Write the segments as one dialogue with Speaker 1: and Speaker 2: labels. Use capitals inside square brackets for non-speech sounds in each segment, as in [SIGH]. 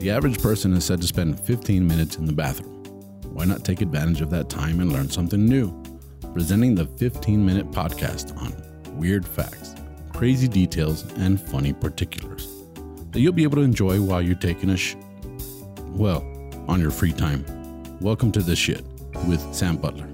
Speaker 1: The average person is said to spend 15 minutes in the bathroom. Why not take advantage of that time and learn something new? Presenting the 15 minute podcast on weird facts, crazy details, and funny particulars that you'll be able to enjoy while you're taking a sh. Well, on your free time. Welcome to The Shit with Sam Butler.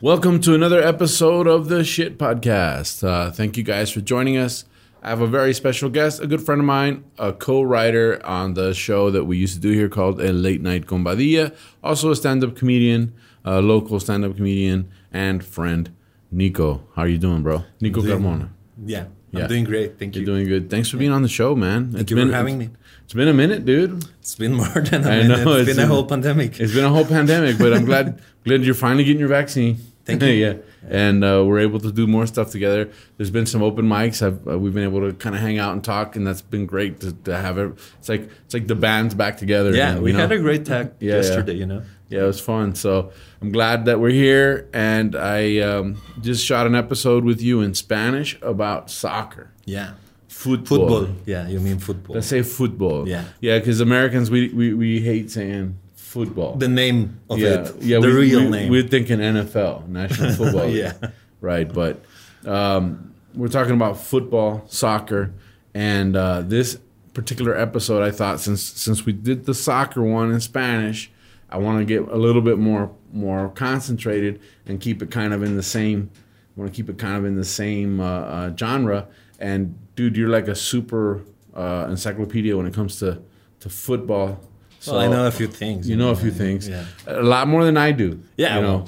Speaker 1: Welcome to another episode of the Shit Podcast. Uh, thank you guys for joining us. I have a very special guest, a good friend of mine, a co writer on the show that we used to do here called El Late Night Combadilla, also a stand up comedian, a local stand up comedian, and friend, Nico. How are you doing, bro? Nico
Speaker 2: doing-
Speaker 1: Carmona.
Speaker 2: Yeah,
Speaker 1: Yeah.
Speaker 2: I'm doing great. Thank
Speaker 1: You're
Speaker 2: you.
Speaker 1: doing good. Thanks for being on the show, man. Thank
Speaker 2: you for having me.
Speaker 1: It's been a minute, dude.
Speaker 2: It's been more [LAUGHS] than a
Speaker 1: I
Speaker 2: minute.
Speaker 1: know,
Speaker 2: it's
Speaker 1: it's
Speaker 2: been a
Speaker 1: been-
Speaker 2: whole pandemic.
Speaker 1: It's been a whole pandemic, but I'm glad [LAUGHS] glad you're finally getting your vaccine. [LAUGHS]
Speaker 2: Thank you.
Speaker 1: yeah, and uh, we're able to do more stuff together. There's been some open mics. I've, uh, we've been able to kind of hang out and talk, and that's been great to, to have it. It's like it's like the band's back together.
Speaker 2: Yeah,
Speaker 1: you
Speaker 2: we
Speaker 1: know?
Speaker 2: had a great talk
Speaker 1: Yeah, yeah.
Speaker 2: yesterday. You know,
Speaker 1: yeah, it was fun. So I'm glad that we're here, and I um, just shot an episode with you in Spanish about soccer,
Speaker 2: yeah,
Speaker 1: football.
Speaker 2: football. Yeah, you mean football?
Speaker 1: Let's say football.
Speaker 2: Yeah.
Speaker 1: yeah, because Americans we, we we hate saying football.
Speaker 2: the name of
Speaker 1: yeah,
Speaker 2: it.
Speaker 1: yeah,
Speaker 2: the
Speaker 1: we,
Speaker 2: real
Speaker 1: we,
Speaker 2: name.
Speaker 1: We're thinking NFL,
Speaker 2: [LAUGHS]
Speaker 1: National Football. League,
Speaker 2: Yeah.
Speaker 1: right. But um, we're talking about football, soccer, and uh, this particular episode. I thought since since we did the soccer one in Spanish, I want to get a little bit more more concentrated and keep it kind of in the same. Want to keep it kind of in the same uh, uh, genre. And dude, you're like a super uh, encyclopedia when it comes to to football. So
Speaker 2: well, I know a few things.
Speaker 1: you know a few things.
Speaker 2: Yeah.
Speaker 1: A lot more than I do.
Speaker 2: Yeah,
Speaker 1: You know,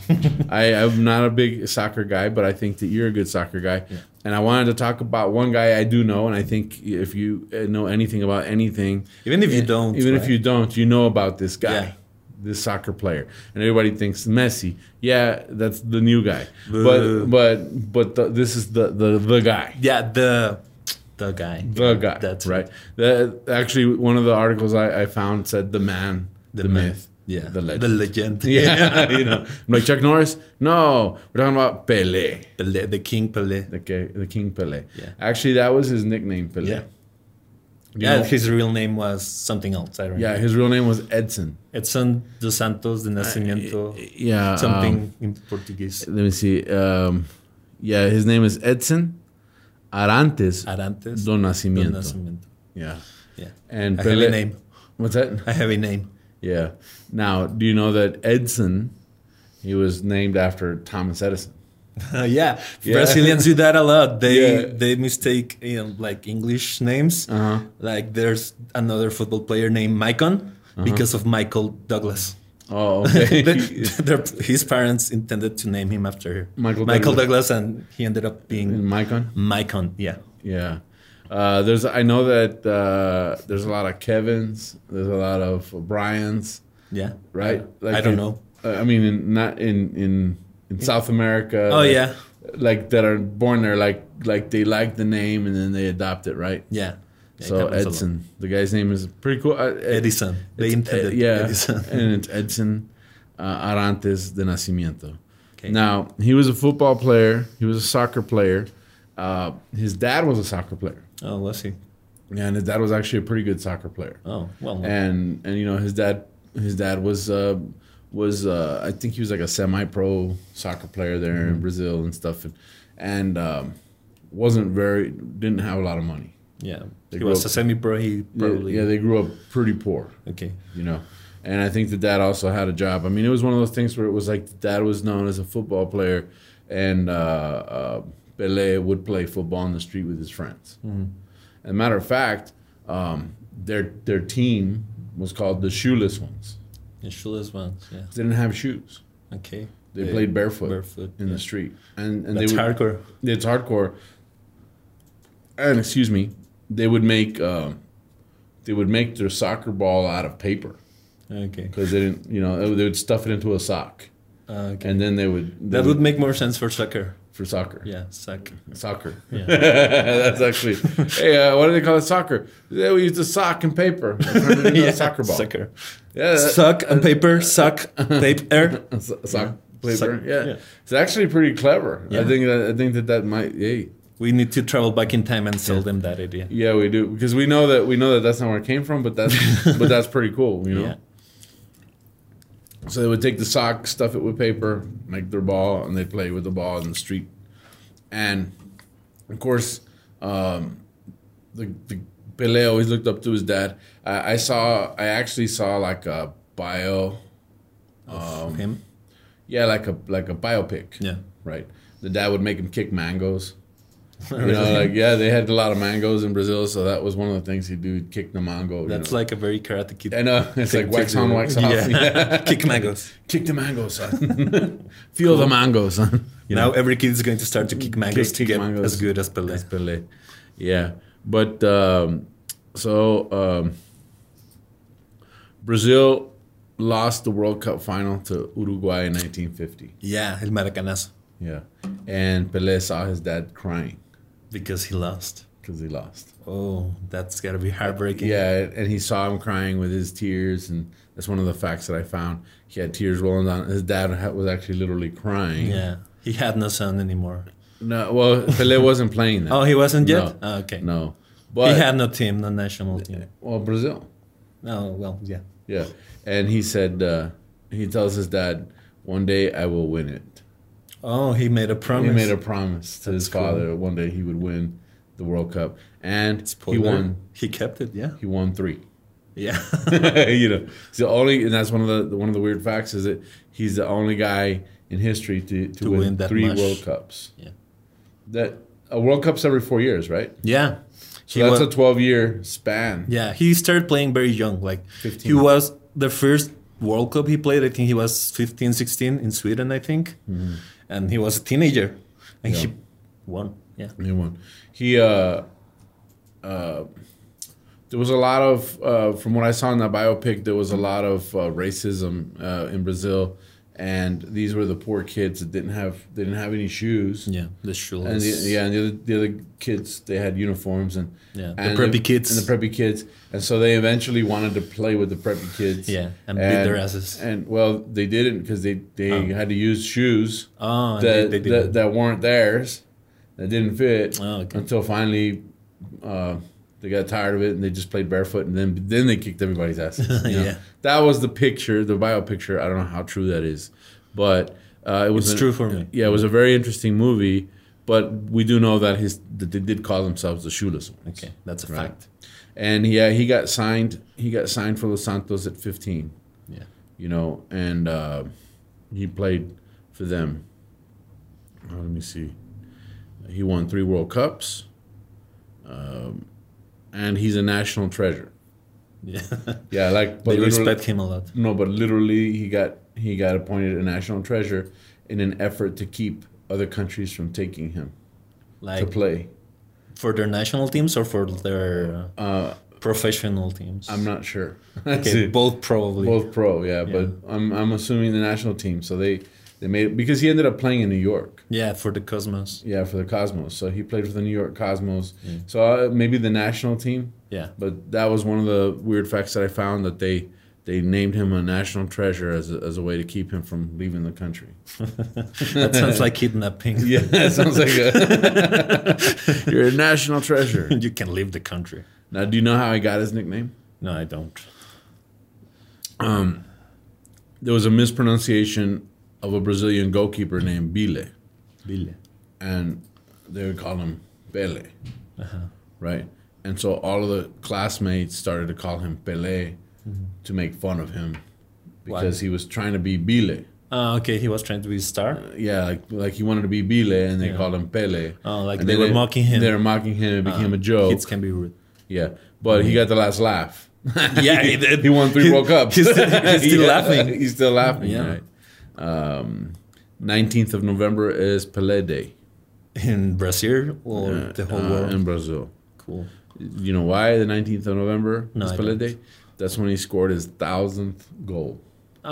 Speaker 1: I, I'm not a big soccer guy, but I think that you're a good soccer guy. And I wanted to talk about one guy I do know, and I think if you uh, know anything about anything, eh,
Speaker 2: Even if you don't,
Speaker 1: even if
Speaker 2: right?
Speaker 1: you don't, you know about this guy.
Speaker 2: Yeah.
Speaker 1: This soccer player, and everybody thinks Messi. Yeah, that's the new guy,
Speaker 2: Boo.
Speaker 1: but but but the, this is the the the guy
Speaker 2: yeah, the the guy,
Speaker 1: the guy.
Speaker 2: That's
Speaker 1: right. The, actually, one of the articles I, I found said the man, the,
Speaker 2: man.
Speaker 1: myth,
Speaker 2: Yeah,
Speaker 1: the legend.
Speaker 2: the
Speaker 1: [LAUGHS]
Speaker 2: legend. [LAUGHS]
Speaker 1: yeah, you know, I'm like Chuck Norris. No, we're talking about Pele,
Speaker 2: the, le- the king Pele.
Speaker 1: the, ki- the King Pele.
Speaker 2: Yeah.
Speaker 1: Actually, that was his nickname, Pele.
Speaker 2: Yeah,
Speaker 1: You
Speaker 2: yeah.
Speaker 1: know-
Speaker 2: His real name was something else. I remember.
Speaker 1: yeah. His real name was Edson.
Speaker 2: Edson dos Santos de Nascimento.
Speaker 1: Yeah, um,
Speaker 2: something in Portuguese.
Speaker 1: let me see. Um, yeah, his name is Edson Arantes
Speaker 2: Arantes
Speaker 1: do
Speaker 2: do
Speaker 1: Nascimento.
Speaker 2: Nascimento.
Speaker 1: Yeah,
Speaker 2: Yeah. [LAUGHS]
Speaker 1: and
Speaker 2: I have a name.
Speaker 1: What's that?
Speaker 2: I have a name. [LAUGHS]
Speaker 1: Yeah. Now, do you know that Edison, he was named after Thomas Edison?
Speaker 2: Uh, yeah.
Speaker 1: Yeah.
Speaker 2: Brazilians do that a lot. They
Speaker 1: Yeah.
Speaker 2: they mistake you know, like English names.
Speaker 1: Uh-huh.
Speaker 2: Like there's another football player named Maicon
Speaker 1: Uh-huh.
Speaker 2: because of Michael
Speaker 1: [LAUGHS]
Speaker 2: Douglas. [LAUGHS]
Speaker 1: Oh, [LAUGHS] okay.
Speaker 2: The- their- his parents intended to name him after
Speaker 1: Michael
Speaker 2: Douglas. and he ended up being
Speaker 1: Micon?
Speaker 2: Maicon. Yeah.
Speaker 1: Yeah. Uh, there's I know that uh, there's a lot of Kevins, there's a lot of Bryans,
Speaker 2: Yeah.
Speaker 1: right?
Speaker 2: I don't
Speaker 1: in-
Speaker 2: know.
Speaker 1: uh, I mean, in, not in in in South America.
Speaker 2: Oh,
Speaker 1: like-
Speaker 2: yeah.
Speaker 1: like that are born there, like like they like the name and then they adopt it, right?
Speaker 2: Yeah. Yeah, it
Speaker 1: so
Speaker 2: happens a lot.
Speaker 1: Edson, the guy's name is pretty cool. Uh, Ed-
Speaker 2: Edison. They
Speaker 1: It's, uh,
Speaker 2: intended
Speaker 1: [LAUGHS] yeah,
Speaker 2: Edison.
Speaker 1: and it's Edson uh, Arantes de Nacimiento.
Speaker 2: Okay.
Speaker 1: Now he was a football player. He was a soccer player. Uh, his dad was a soccer player,
Speaker 2: Oh, was he?
Speaker 1: and his dad was actually a pretty good soccer player.
Speaker 2: Oh, well.
Speaker 1: And and you know his dad his dad was uh, was uh, I think he was like a semi pro soccer player there in Brazil and stuff, and, and um, wasn't very didn't have a lot of money.
Speaker 2: Yeah.
Speaker 1: They
Speaker 2: he was
Speaker 1: grew
Speaker 2: a semi pro. He probably.
Speaker 1: yeah, yeah, they grew up pretty poor.
Speaker 2: Okay.
Speaker 1: you know. And I think the dad also had a job. I mean, it was one of those things where it was like the dad was known as a football player, and uh, uh, Pele would play football on the street with his friends.
Speaker 2: Mm-hmm.
Speaker 1: As a matter of fact, um, their their team was called the Shoeless Ones.
Speaker 2: The shoeless ones. Yeah.
Speaker 1: They didn't have shoes.
Speaker 2: Okay.
Speaker 1: They played barefoot,
Speaker 2: barefoot
Speaker 1: in
Speaker 2: yeah.
Speaker 1: the street, and and
Speaker 2: That's
Speaker 1: they would,
Speaker 2: hardcore.
Speaker 1: it's hardcore. And excuse me, they would make um, they would make their soccer ball out of paper
Speaker 2: Okay.
Speaker 1: because they didn't, you know, they would stuff it into a sock,
Speaker 2: Uh, okay.
Speaker 1: and then they would they
Speaker 2: That would make more sense for soccer.
Speaker 1: for soccer,
Speaker 2: Yeah,
Speaker 1: [LAUGHS]
Speaker 2: soccer.
Speaker 1: soccer.
Speaker 2: Yeah.
Speaker 1: That's actually, hey, uh, what do they call it? Soccer. Yeah, we used a sock and paper. Turned it
Speaker 2: [LAUGHS]
Speaker 1: into a soccer ball. Uh,
Speaker 2: Soccer.
Speaker 1: Yeah, that-
Speaker 2: Sock and paper.
Speaker 1: [LAUGHS]
Speaker 2: Sock paper.
Speaker 1: so- sock
Speaker 2: Sock-
Speaker 1: paper. Yeah.
Speaker 2: yeah.
Speaker 1: it's actually pretty clever. I
Speaker 2: Yeah.
Speaker 1: think that I think that that might. Hey,
Speaker 2: We need to travel back in time and sell them that idea.
Speaker 1: Yeah, we do because we know that we know that that's not where it came from, but
Speaker 2: [LAUGHS]
Speaker 1: that's but that's pretty cool, you know.
Speaker 2: Yeah.
Speaker 1: So they would take the sock, stuff it with paper, make their ball, and they play with the ball in the street. And of course, um, the, the Pele always looked up to his dad. I, I saw, I actually saw like a bio, Um,
Speaker 2: Of him.
Speaker 1: yeah, like a like a biopic,
Speaker 2: Yeah.
Speaker 1: right? The dad would make him kick
Speaker 2: [LAUGHS]
Speaker 1: mangoes. [LAUGHS] You know, like yeah, they had a lot of mangoes in Brazil, so that was one of the things he'd do. He'd kick the mango. you
Speaker 2: That's
Speaker 1: know.
Speaker 2: like a very karate kid.
Speaker 1: I know [LAUGHS] it's like wax on, wax off. [LAUGHS]
Speaker 2: [LAUGHS] Yeah. Kick mangoes.
Speaker 1: Kick the mango, [LAUGHS] son. Feel the mango, [LAUGHS] son. You
Speaker 2: Now every kid is going to start to kick mangoes to
Speaker 1: kick
Speaker 2: get
Speaker 1: mangoes.
Speaker 2: as good as Pele.
Speaker 1: That's Pele. Yeah, but um, so um, Brazil lost the World Cup final to Uruguay in 1950.
Speaker 2: Yeah, El Maracanazo.
Speaker 1: Yeah, and Pele saw his dad crying
Speaker 2: Because he lost.
Speaker 1: because he lost.
Speaker 2: Oh, that's gotta be heartbreaking.
Speaker 1: Yeah, and he saw him crying with his tears, and that's one of the facts that I found. He had tears rolling down. His dad ha- was actually literally crying.
Speaker 2: Yeah. He had no son anymore.
Speaker 1: No, well, Pele wasn't playing [LAUGHS] that.
Speaker 2: Oh, he wasn't yet?
Speaker 1: No.
Speaker 2: Oh, okay.
Speaker 1: No,
Speaker 2: He
Speaker 1: but
Speaker 2: had no team, no national team.
Speaker 1: well, Brazil.
Speaker 2: Oh, well, yeah.
Speaker 1: Yeah. And he said, uh, he tells his dad, one day I will win it.
Speaker 2: Oh, he made a promise.
Speaker 1: He made a promise to his
Speaker 2: That's cool.
Speaker 1: father one day he would win the World Cup. And
Speaker 2: Spoiler.
Speaker 1: he won.
Speaker 2: He kept it, yeah.
Speaker 1: He won three. [LAUGHS]
Speaker 2: Yeah. [LAUGHS]
Speaker 1: you know, he's the only, and that's one of the one of the weird facts is that he's the only guy in history to, to, win,
Speaker 2: win that
Speaker 1: three
Speaker 2: much.
Speaker 1: World Cups.
Speaker 2: Yeah.
Speaker 1: That a World Cup's every four years, right?
Speaker 2: yeah.
Speaker 1: So
Speaker 2: He
Speaker 1: that's
Speaker 2: wa-
Speaker 1: a twelve-year span.
Speaker 2: yeah, he started playing very young. Like,
Speaker 1: 15.
Speaker 2: he was the first World Cup he played, I think he was 15, 16 in Sweden, I think.
Speaker 1: Mm-hmm.
Speaker 2: And he was a teenager. And he won. Yeah.
Speaker 1: New one. He uh uh there was a lot of uh from what I saw in that biopic there was a lot of uh, racism uh in Brazil and these were the poor kids that didn't have they didn't have any shoes.
Speaker 2: Yeah. The shoeless.
Speaker 1: And the, yeah, and the other, the other kids they had uniforms and
Speaker 2: Yeah, the
Speaker 1: and
Speaker 2: preppy
Speaker 1: they-
Speaker 2: kids.
Speaker 1: and the preppy kids, and so they eventually wanted to play with the preppy kids.
Speaker 2: Yeah, and beat their asses.
Speaker 1: And well, they didn't because they they had to use shoes
Speaker 2: Oh, and
Speaker 1: that,
Speaker 2: they, they
Speaker 1: that
Speaker 2: did.
Speaker 1: that weren't theirs, that didn't fit.
Speaker 2: Oh, okay.
Speaker 1: Until finally, uh, they got tired of it and they just played barefoot, and then then they kicked everybody's
Speaker 2: [LAUGHS]
Speaker 1: asses. you know?
Speaker 2: Yeah.
Speaker 1: that was the picture, the bio picture. I don't know how true that is, but uh, it was
Speaker 2: It's
Speaker 1: an-
Speaker 2: true for me.
Speaker 1: Yeah, it was a very interesting movie, but we do know that his that they did call themselves the Shoeless Ones.
Speaker 2: Okay, that's a
Speaker 1: Right.
Speaker 2: fact.
Speaker 1: and yeah, he got signed. He got signed for Los Santos at fifteen
Speaker 2: Yeah.
Speaker 1: you know, and uh, he played for them. Uh, let me see. He won three World Cups, um, and he's a national treasure.
Speaker 2: Yeah. [LAUGHS]
Speaker 1: Yeah, like but
Speaker 2: they
Speaker 1: literally-
Speaker 2: respect him a lot.
Speaker 1: no, but literally, he got he got appointed a national treasure in an effort to keep other countries from taking him to
Speaker 2: Like
Speaker 1: play.
Speaker 2: for their national teams or for their uh,
Speaker 1: Uh,
Speaker 2: professional teams.
Speaker 1: I'm not sure. [LAUGHS]
Speaker 2: okay, both probably.
Speaker 1: both pro, yeah, but I'm I'm assuming the national team. So they they made it because he ended up playing in New York.
Speaker 2: Yeah, for the Cosmos.
Speaker 1: Yeah, for the Cosmos. So he played for the New York Cosmos. So uh, maybe the national team,
Speaker 2: Yeah.
Speaker 1: but that was one of the weird facts that I found that they they named him a national treasure as a, as a way to keep him from leaving the country. [LAUGHS]
Speaker 2: That sounds like kidnapping.
Speaker 1: Yeah, it sounds like a, you're a [LAUGHS] national treasure.
Speaker 2: [LAUGHS] you can leave the country.
Speaker 1: Now, do you know how he got his nickname?
Speaker 2: No, I don't.
Speaker 1: There was a mispronunciation of a Brazilian goalkeeper named Bile,
Speaker 2: Billy.
Speaker 1: and they would call him Pele,
Speaker 2: Uh-huh.
Speaker 1: right? And so all of the classmates started to call him Pele
Speaker 2: Mm-hmm.
Speaker 1: to make fun of him because he was trying to be Bile.
Speaker 2: Ah, okay, he was trying to be a star.
Speaker 1: Yeah, like like he wanted to be Bile, and they called him Pele.
Speaker 2: Oh, like
Speaker 1: And
Speaker 2: they
Speaker 1: then
Speaker 2: were mocking him. Uh,
Speaker 1: They were mocking him. It became a joke.
Speaker 2: Kids can be rude.
Speaker 1: Yeah, but he got the last laugh.
Speaker 2: [LAUGHS] Yeah, he did.
Speaker 1: he won three
Speaker 2: He-
Speaker 1: World Cups.
Speaker 2: [LAUGHS] he's still- he's
Speaker 1: [LAUGHS]
Speaker 2: still laughing.
Speaker 1: He's still laughing.
Speaker 2: Yeah.
Speaker 1: Yeah. Nineteenth of November is Pele Day
Speaker 2: In Brazil or the whole
Speaker 1: uh,
Speaker 2: world?
Speaker 1: in Brazil.
Speaker 2: Cool.
Speaker 1: You know why the 19th of November
Speaker 2: No,
Speaker 1: is
Speaker 2: I
Speaker 1: Pelé
Speaker 2: don't.
Speaker 1: Day? That's when he scored his thousandth goal.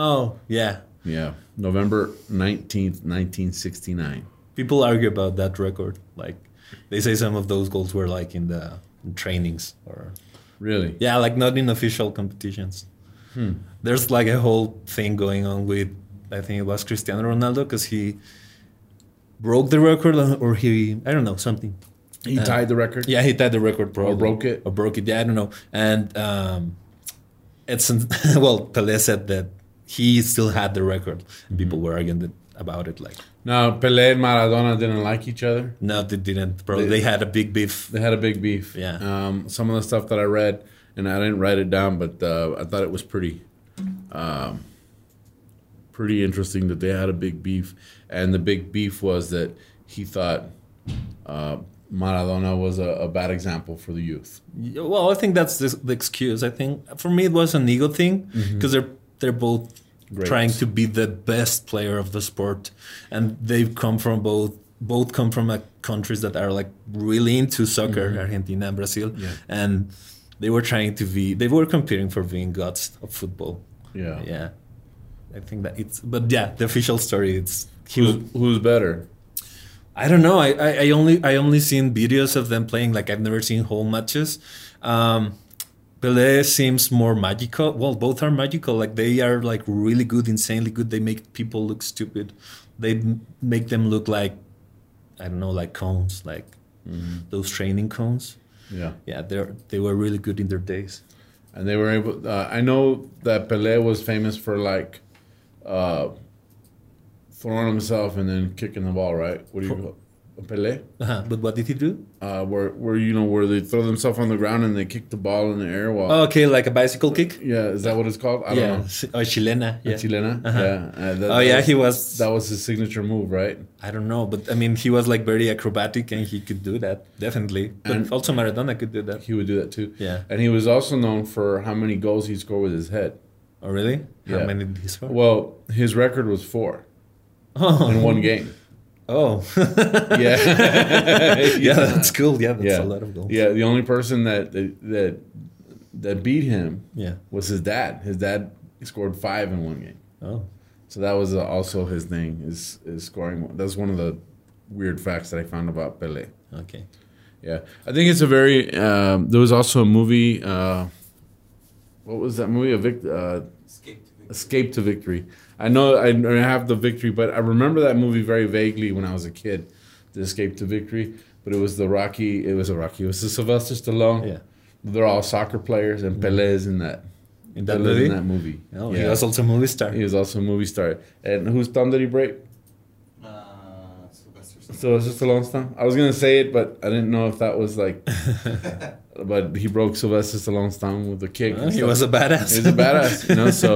Speaker 2: Oh, yeah.
Speaker 1: Yeah, November 19th, 1969.
Speaker 2: People argue about that record. Like, they say some of those goals were like in the trainings or
Speaker 1: Really?
Speaker 2: Yeah, like not in official competitions. There's like a whole thing going on with, I think it was Cristiano Ronaldo because he broke the record or he, uh, I don't know, something.
Speaker 1: He tied the record.
Speaker 2: Yeah, he tied the record, probably.
Speaker 1: broke it.
Speaker 2: Or broke it. Yeah, I don't know. And um, Edson, [LAUGHS] well, Pelé said that he still had the record. People were arguing that- about it. Like,
Speaker 1: Now Pelé and Maradona didn't like each other.
Speaker 2: no, they didn't. Probably they, had a big beef.
Speaker 1: They had a big beef.
Speaker 2: Yeah.
Speaker 1: Um, some of the stuff that I read, and I didn't write it down, but uh, I thought it was pretty, um, pretty interesting that they had a big beef, and the big beef was that he thought uh, Maradona was a, a bad example for the youth.
Speaker 2: Well, I think that's the, the excuse. I think for me it was an ego thing because they're they're both
Speaker 1: Mm-hmm. Great.
Speaker 2: trying to be the best player of the sport, and they've come from both both come from uh countries that are like really into soccer, Argentina and Brazil,
Speaker 1: Mm-hmm. Yeah.
Speaker 2: and they were trying to be they were competing for being gods of football.
Speaker 1: Yeah.
Speaker 2: Yeah, I think that it's but yeah, the official story it's he was
Speaker 1: Who's, who's better?
Speaker 2: I don't know. I, I, I only I only seen videos of them playing. Like I've never seen whole matches. Um, Pelé seems more magical. Well, both are magical. Like they are like really good, insanely good. They make people look stupid. They m- make them look like I don't know, like cones, like
Speaker 1: Mm-hmm.
Speaker 2: those training cones.
Speaker 1: Yeah.
Speaker 2: Yeah, they are they were really good in their days.
Speaker 1: and they were able. Uh, I know that Pelé was famous for like uh, throwing himself and then kicking the ball, right? What do you call Pelé?
Speaker 2: Uh-huh. But what did he do?
Speaker 1: Uh, where where you know where they throw themselves on the ground and they kick the ball in the air while
Speaker 2: okay, like a bicycle kick.
Speaker 1: yeah is that what it's called? Oh. I
Speaker 2: Oh. Yeah,
Speaker 1: don't know.
Speaker 2: oh, chilena. Yeah.
Speaker 1: Chilena, yeah. uh, that-
Speaker 2: Oh yeah, he was.
Speaker 1: that was his signature move, right?
Speaker 2: I don't know, but I mean, he was like very acrobatic and he could do that, definitely. But
Speaker 1: And-
Speaker 2: also Maradona could do that.
Speaker 1: He would do that too.
Speaker 2: Yeah.
Speaker 1: and he was also known for how many goals he scored with his head.
Speaker 2: Oh, really?
Speaker 1: Yeah.
Speaker 2: How many did he score?
Speaker 1: Well, his record was four in
Speaker 2: Oh. [LAUGHS]
Speaker 1: one game.
Speaker 2: Oh.
Speaker 1: [LAUGHS] Yeah.
Speaker 2: yeah, that's cool. Yeah, that's
Speaker 1: yeah,
Speaker 2: a lot of goals.
Speaker 1: Yeah, the only person that that that beat him
Speaker 2: Yeah.
Speaker 1: was his dad. His dad scored five in one game,
Speaker 2: Oh.
Speaker 1: so that was uh, also his thing is is scoring. one. That's one of the weird facts that I found about Pele.
Speaker 2: Okay.
Speaker 1: Yeah, I think it's a very. Um, there was also a movie. Uh, what was that movie? A vic- uh,
Speaker 3: Escape to victory.
Speaker 1: Escape to Victory. I know I I have the victory, but I remember that movie very vaguely when I was a kid. The Escape to Victory, but it was the Rocky. It was a Rocky. It was the Sylvester Stallone.
Speaker 2: Yeah.
Speaker 1: They're all soccer players, and Pele's in that.
Speaker 2: In that
Speaker 1: Pele's
Speaker 2: movie?
Speaker 1: In that movie.
Speaker 2: Oh,
Speaker 1: yeah.
Speaker 2: he was also a movie star.
Speaker 1: also a movie star. And whose thumb did he break?
Speaker 3: Uh, Sylvester Stallone.
Speaker 1: Sylvester Stallone's thumb. I was gonna say it, but I didn't know if that was
Speaker 2: [LAUGHS]
Speaker 1: like. but he broke Sylvester Stallone's thumb with a kick.
Speaker 2: Well,
Speaker 1: and
Speaker 2: he
Speaker 1: stuff.
Speaker 2: was a badass.
Speaker 1: He's a badass, you know.
Speaker 2: [LAUGHS]
Speaker 1: So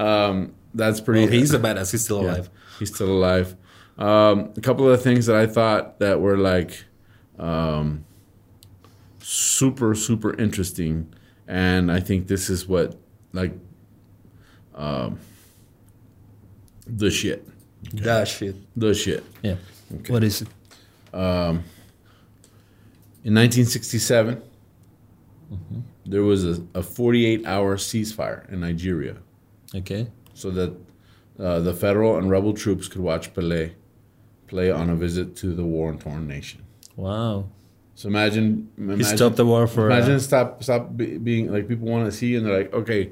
Speaker 1: um, that's pretty.
Speaker 2: Well, Oh, he's a badass. He's still
Speaker 1: Yeah,
Speaker 2: alive.
Speaker 1: He's still alive. Um, a couple of the things that I thought that were like um, super super interesting, and I think this is what like um, the shit,
Speaker 2: That shit.
Speaker 1: the shit.
Speaker 2: Yeah. What is it?
Speaker 1: Um, in 1967, there was a, a 48 hour ceasefire in Nigeria.
Speaker 2: Okay.
Speaker 1: so that uh, the federal and rebel troops could watch Pelé play on a visit to the war-torn nation.
Speaker 2: Wow.
Speaker 1: So imagine, imagine
Speaker 2: He stopped the war for. uh,
Speaker 1: imagine stop stop be, being like people want to see you and they're like, okay,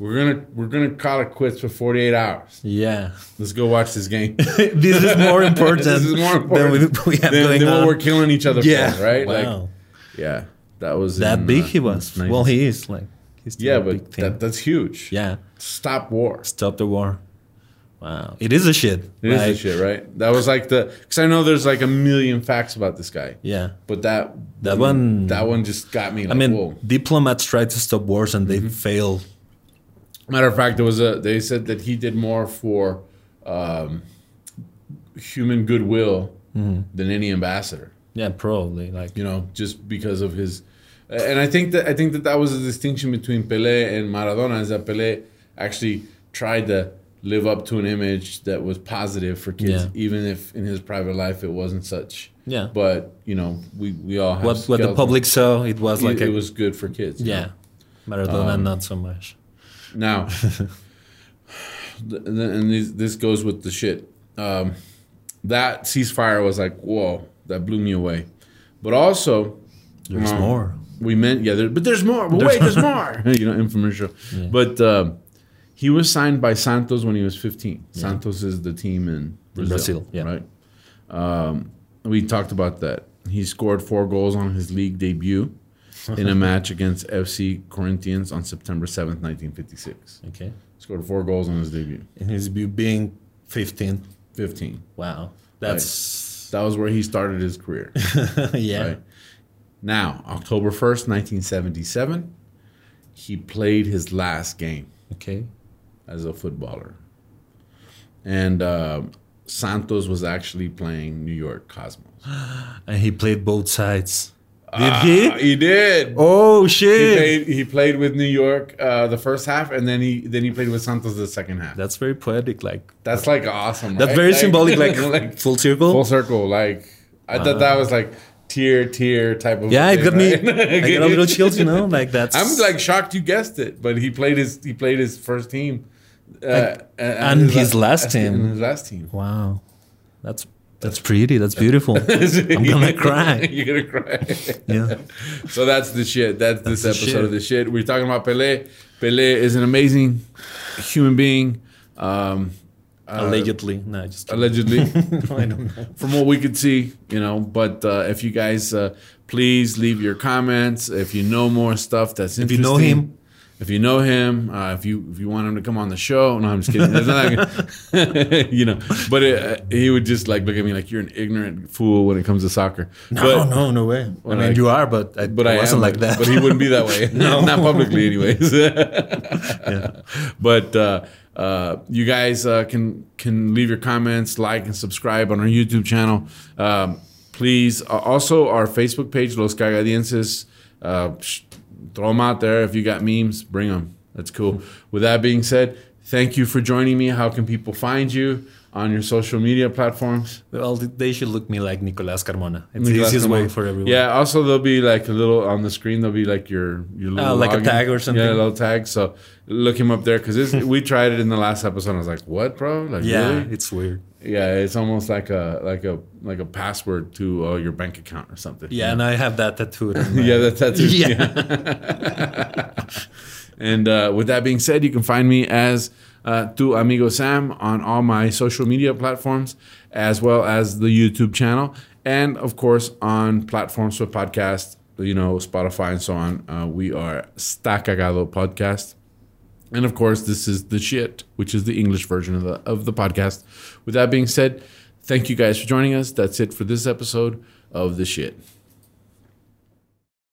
Speaker 1: we're gonna we're gonna call it quits for 48 hours.
Speaker 2: yeah.
Speaker 1: Let's go watch this
Speaker 2: [LAUGHS]
Speaker 1: game.
Speaker 2: this is more important,
Speaker 1: this is more
Speaker 2: than we,
Speaker 1: important
Speaker 2: we have
Speaker 1: than,
Speaker 2: going
Speaker 1: than what
Speaker 2: on.
Speaker 1: we're killing each other
Speaker 2: yeah.
Speaker 1: for, right?
Speaker 2: Wow.
Speaker 1: Like, yeah, that was
Speaker 2: that
Speaker 1: in,
Speaker 2: big
Speaker 1: uh,
Speaker 2: he was.
Speaker 1: 19-
Speaker 2: Well, he is like he's still
Speaker 1: yeah,
Speaker 2: a
Speaker 1: but
Speaker 2: big thing.
Speaker 1: that, that's huge.
Speaker 2: yeah,
Speaker 1: Stop war.
Speaker 2: stop the war. Wow, it is a shit.
Speaker 1: It is the
Speaker 2: Like,
Speaker 1: shit, right? That was like the because I know there's like a million facts about this guy.
Speaker 2: Yeah,
Speaker 1: But that
Speaker 2: That one-
Speaker 1: that one just got me. Like,
Speaker 2: I mean,
Speaker 1: whoa.
Speaker 2: diplomats try to stop wars and they
Speaker 1: Mm-hmm.
Speaker 2: fail.
Speaker 1: matter of fact, there was a. They said that he did more for um, human goodwill
Speaker 2: Mm-hmm.
Speaker 1: than any ambassador.
Speaker 2: Yeah, probably like
Speaker 1: You know, just because of his. And I think that I think that that was the distinction between Pelé and Maradona is that Pelé actually tried to live up to an image that was positive for kids,
Speaker 2: Yeah.
Speaker 1: even if in his private life it wasn't such.
Speaker 2: Yeah.
Speaker 1: But you know, we we all have
Speaker 2: what what the
Speaker 1: skeleton-
Speaker 2: public saw. It was
Speaker 1: It,
Speaker 2: like
Speaker 1: it
Speaker 2: a,
Speaker 1: was Um, good for kids. you know?
Speaker 2: yeah, Maradona not so much.
Speaker 1: [LAUGHS] Now, th- th- and these, this goes with the shit. Um, that ceasefire was like, whoa, that blew me away. But also,
Speaker 2: There's
Speaker 1: um,
Speaker 2: more.
Speaker 1: We meant, yeah, there, but there's more. But wait, [LAUGHS] there's more. you know, infomercial. But um, he was signed by Santos when he was 15. Santos is the team in Brazil.
Speaker 2: Brazil, yeah.
Speaker 1: Right? Um, we talked about that. He He scored four goals on his league debut in a match against FC Corinthians on September 7th, 1956.
Speaker 2: Okay.
Speaker 1: Scored four goals on his debut.
Speaker 2: And he's be- being 15.
Speaker 1: 15.
Speaker 2: Wow. That's. [LAUGHS]
Speaker 1: That was where he started his career.
Speaker 2: yeah.
Speaker 1: Right. Now, October 1st, 1977, he played his last game
Speaker 2: Okay.
Speaker 1: as a footballer. And uh, Santos was actually playing New York
Speaker 2: [GASPS]
Speaker 1: Cosmos.
Speaker 2: And he played both sides. Did
Speaker 1: Ah,
Speaker 2: he?
Speaker 1: He did.
Speaker 2: Oh,
Speaker 1: He
Speaker 2: shit.
Speaker 1: played, he played with New York uh, the first half, and then he then he played with Santos the second half.
Speaker 2: That's very poetic. Like,
Speaker 1: That's like awesome.
Speaker 2: that's
Speaker 1: right?
Speaker 2: very
Speaker 1: [LAUGHS]
Speaker 2: symbolic. Like,
Speaker 1: like
Speaker 2: full circle. Ah.
Speaker 1: full circle. Like I thought that was like tier tier type of.
Speaker 2: yeah, it
Speaker 1: thing,
Speaker 2: got me.
Speaker 1: right? [LAUGHS]
Speaker 2: I got a little chills, you know? Like, that's.
Speaker 1: I'm like shocked you guessed it, but he played his he played his first team, uh,
Speaker 2: and his last team.
Speaker 1: and his last team.
Speaker 2: Wow. That's that's pretty. That's
Speaker 1: [LAUGHS]
Speaker 2: beautiful. [LAUGHS] I'm gonna cry.
Speaker 1: You're gonna cry.
Speaker 2: Yeah.
Speaker 1: [LAUGHS]
Speaker 2: [LAUGHS]
Speaker 1: So that's the shit. That's, this
Speaker 2: the
Speaker 1: episode
Speaker 2: shit.
Speaker 1: of the shit. We're talking about Pele. Pele is an amazing human being. Um, uh,
Speaker 2: Allegedly. No, just kidding. [LAUGHS]
Speaker 1: allegedly,
Speaker 2: I
Speaker 1: [LAUGHS]
Speaker 2: don't know.
Speaker 1: from what we could see, you know. But uh, if you guys uh, please leave your comments. If you know more stuff that's
Speaker 2: you
Speaker 1: interesting.
Speaker 2: know him.
Speaker 1: If you know him, uh, if you if you want him to come on the show, no, I'm just kidding. There's nothing, [LAUGHS] you know. But it, uh, he would just like look at me like you're an ignorant fool when it comes to soccer.
Speaker 2: No,
Speaker 1: But-
Speaker 2: no, no way. I mean,
Speaker 1: I-
Speaker 2: you are, but I,
Speaker 1: but I,
Speaker 2: I wasn't
Speaker 1: am,
Speaker 2: like that.
Speaker 1: But he wouldn't be that
Speaker 2: [LAUGHS]
Speaker 1: way. [LAUGHS]
Speaker 2: No.
Speaker 1: not publicly,
Speaker 2: [LAUGHS]
Speaker 1: anyways. [LAUGHS] But uh, uh, you guys uh, can can leave your comments, like, and subscribe on our YouTube channel. Um, please, uh, also our Facebook page, Los Cagadienses. Uh, psh, throw them out there. If you got memes, bring them. That's cool. With that being said, thank you for joining me. How can people find you on your social media platforms?
Speaker 2: well, they should look me like Nicolas Carmona. It's
Speaker 1: Nicolas
Speaker 2: the easiest
Speaker 1: Camo.
Speaker 2: way for everyone.
Speaker 1: Yeah. Also, there'll be like a little on the screen. There'll be like your your little
Speaker 2: Uh, like a
Speaker 1: login.
Speaker 2: tag or something.
Speaker 1: Yeah, a little tag. So look him up there
Speaker 2: [LAUGHS]
Speaker 1: because we tried it in the last episode. and I was like, "What, bro? Like,
Speaker 2: Yeah,
Speaker 1: really?
Speaker 2: it's weird.
Speaker 1: Yeah, it's almost like a like a like a password to uh, your bank account or something.
Speaker 2: Yeah, and I have that tattooed. on my-
Speaker 1: [LAUGHS] Yeah, that's that's it.
Speaker 2: [LAUGHS] Yeah.
Speaker 1: [LAUGHS] and uh, with that being said, you can find me as uh, Tu Amigo Sam on all my social media platforms, as well as the YouTube channel, and of course on platforms for podcasts, you know, Spotify and so on. Uh, we are Sta Cagado Podcast. And of course, this is the shit, which is the English version of the of the podcast. With that being said, thank you guys for joining us. That's it for this episode of the shit.